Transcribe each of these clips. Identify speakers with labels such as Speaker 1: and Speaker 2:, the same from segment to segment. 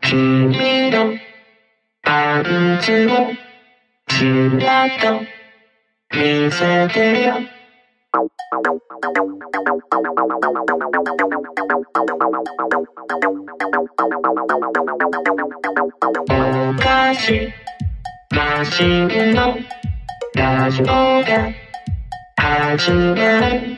Speaker 1: 君のパンツをちらっと見せてよおかしマシンのラジオが始まる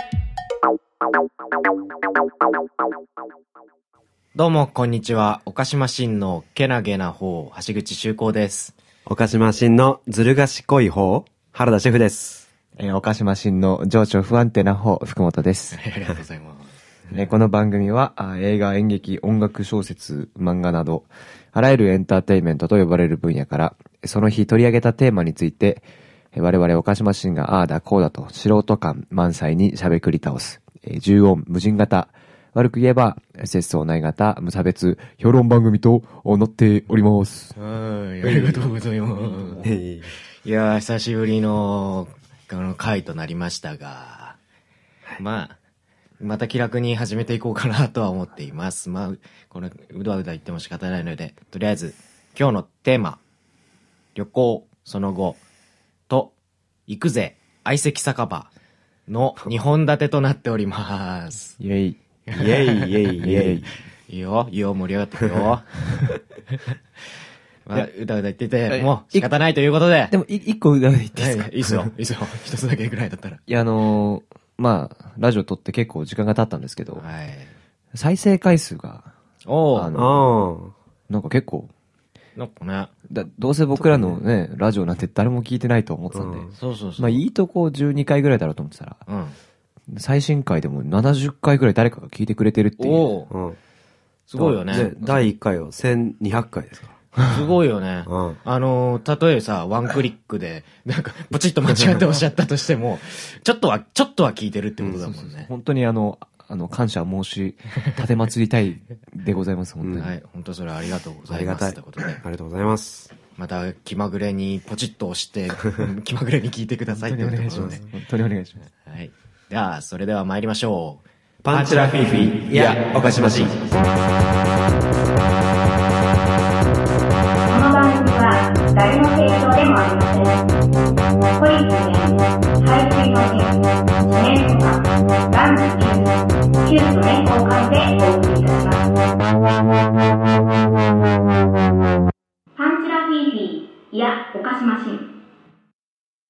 Speaker 2: どうも、こんにちは。岡島新のけなげな方、橋口修行です。
Speaker 3: 岡島新のずる賢い方、原田シェフです。
Speaker 4: えー岡島新の情緒不安定な方、福本です。
Speaker 2: ありがとうございます。
Speaker 4: えーこの番組は、あー映画、演劇、音楽、小説、漫画など、あらゆるエンターテインメントと呼ばれる分野から、その日取り上げたテーマについて、えー我々岡島新がああだこうだと素人感満載に喋くり倒す、えー縦音、無人型、悪く言えば、節操ない型、無差別、評論番組となっておりま す。
Speaker 2: はい、ありがとうございます。いやー、久しぶりの、あの、回となりましたが、まあ、また気楽に始めていこうかなとは思っています。まあ、この、うだうだ言っても仕方ないので、とりあえず、今日のテーマ、旅行、その後、と、行くぜ、相席酒場の2本立てとなっております。
Speaker 4: イェイ。
Speaker 3: イェイイェイイェイ。
Speaker 2: いいよ、いいよ、盛り上がってくよ。 まあ、うだうだ言って
Speaker 4: は
Speaker 2: て、
Speaker 4: い
Speaker 2: もう仕方ないということで。
Speaker 4: でも、い一個言っていいですか
Speaker 2: はいいいっすよ、いいっすよ。一つだけぐらいだったら。
Speaker 4: いや、あのーまあ、ラジオ撮って結構時間が経ったんですけ
Speaker 2: は
Speaker 4: ど、
Speaker 2: い。
Speaker 4: 再生回数が、
Speaker 2: お
Speaker 4: あ
Speaker 2: ー、
Speaker 4: の
Speaker 3: うん。
Speaker 4: なんか結構、
Speaker 2: なんかね、
Speaker 4: だどうせ僕らのね、ラジオなんて誰も聞いてないと思ってたんで、
Speaker 3: うん
Speaker 2: そうそうそう。
Speaker 4: まあいいとこ12回ぐらいだろうと思ってたら、
Speaker 2: うん。
Speaker 4: 最新回でも70回ぐらい誰かが聞いてくれてるっていう。
Speaker 2: おー、
Speaker 3: うん。
Speaker 2: すごいよ
Speaker 3: で
Speaker 2: ね。
Speaker 3: 第1回は1200回ですか
Speaker 2: すごいよね
Speaker 3: ら。。うん。
Speaker 2: あのー、例えさ、ワンクリックで、なんか、ポチッと間違っておっしゃったとしても、ちょっとは、ちょっとは聞いてるってことだもんね。
Speaker 4: 本当にあの、あの、感謝申し、立てまつりたいでございます、本当に。
Speaker 2: はい、本当それはありがとうご
Speaker 3: あ
Speaker 2: ざい
Speaker 3: りが
Speaker 2: ま
Speaker 3: た
Speaker 2: す。
Speaker 3: い。
Speaker 2: ということ
Speaker 3: あ
Speaker 2: で。
Speaker 3: りがとうございます。
Speaker 2: また気まぐれにポチッと押して、 うん気まぐれに聞いてください
Speaker 4: 本
Speaker 2: って
Speaker 4: 当に
Speaker 2: こ
Speaker 4: お
Speaker 2: とです
Speaker 4: 願いし
Speaker 2: ね
Speaker 4: ます。。本当にお願いします。
Speaker 2: はい。では、それでは参りましょう。
Speaker 3: パンチラフィーフィー、いや、岡島新。
Speaker 5: この番組は誰の提供でもありません。ポリズン排水の源、自然とか、ガンズ旧旧都連交換でお送りいたします。パンチラフィーフィー、いや、おかしましん。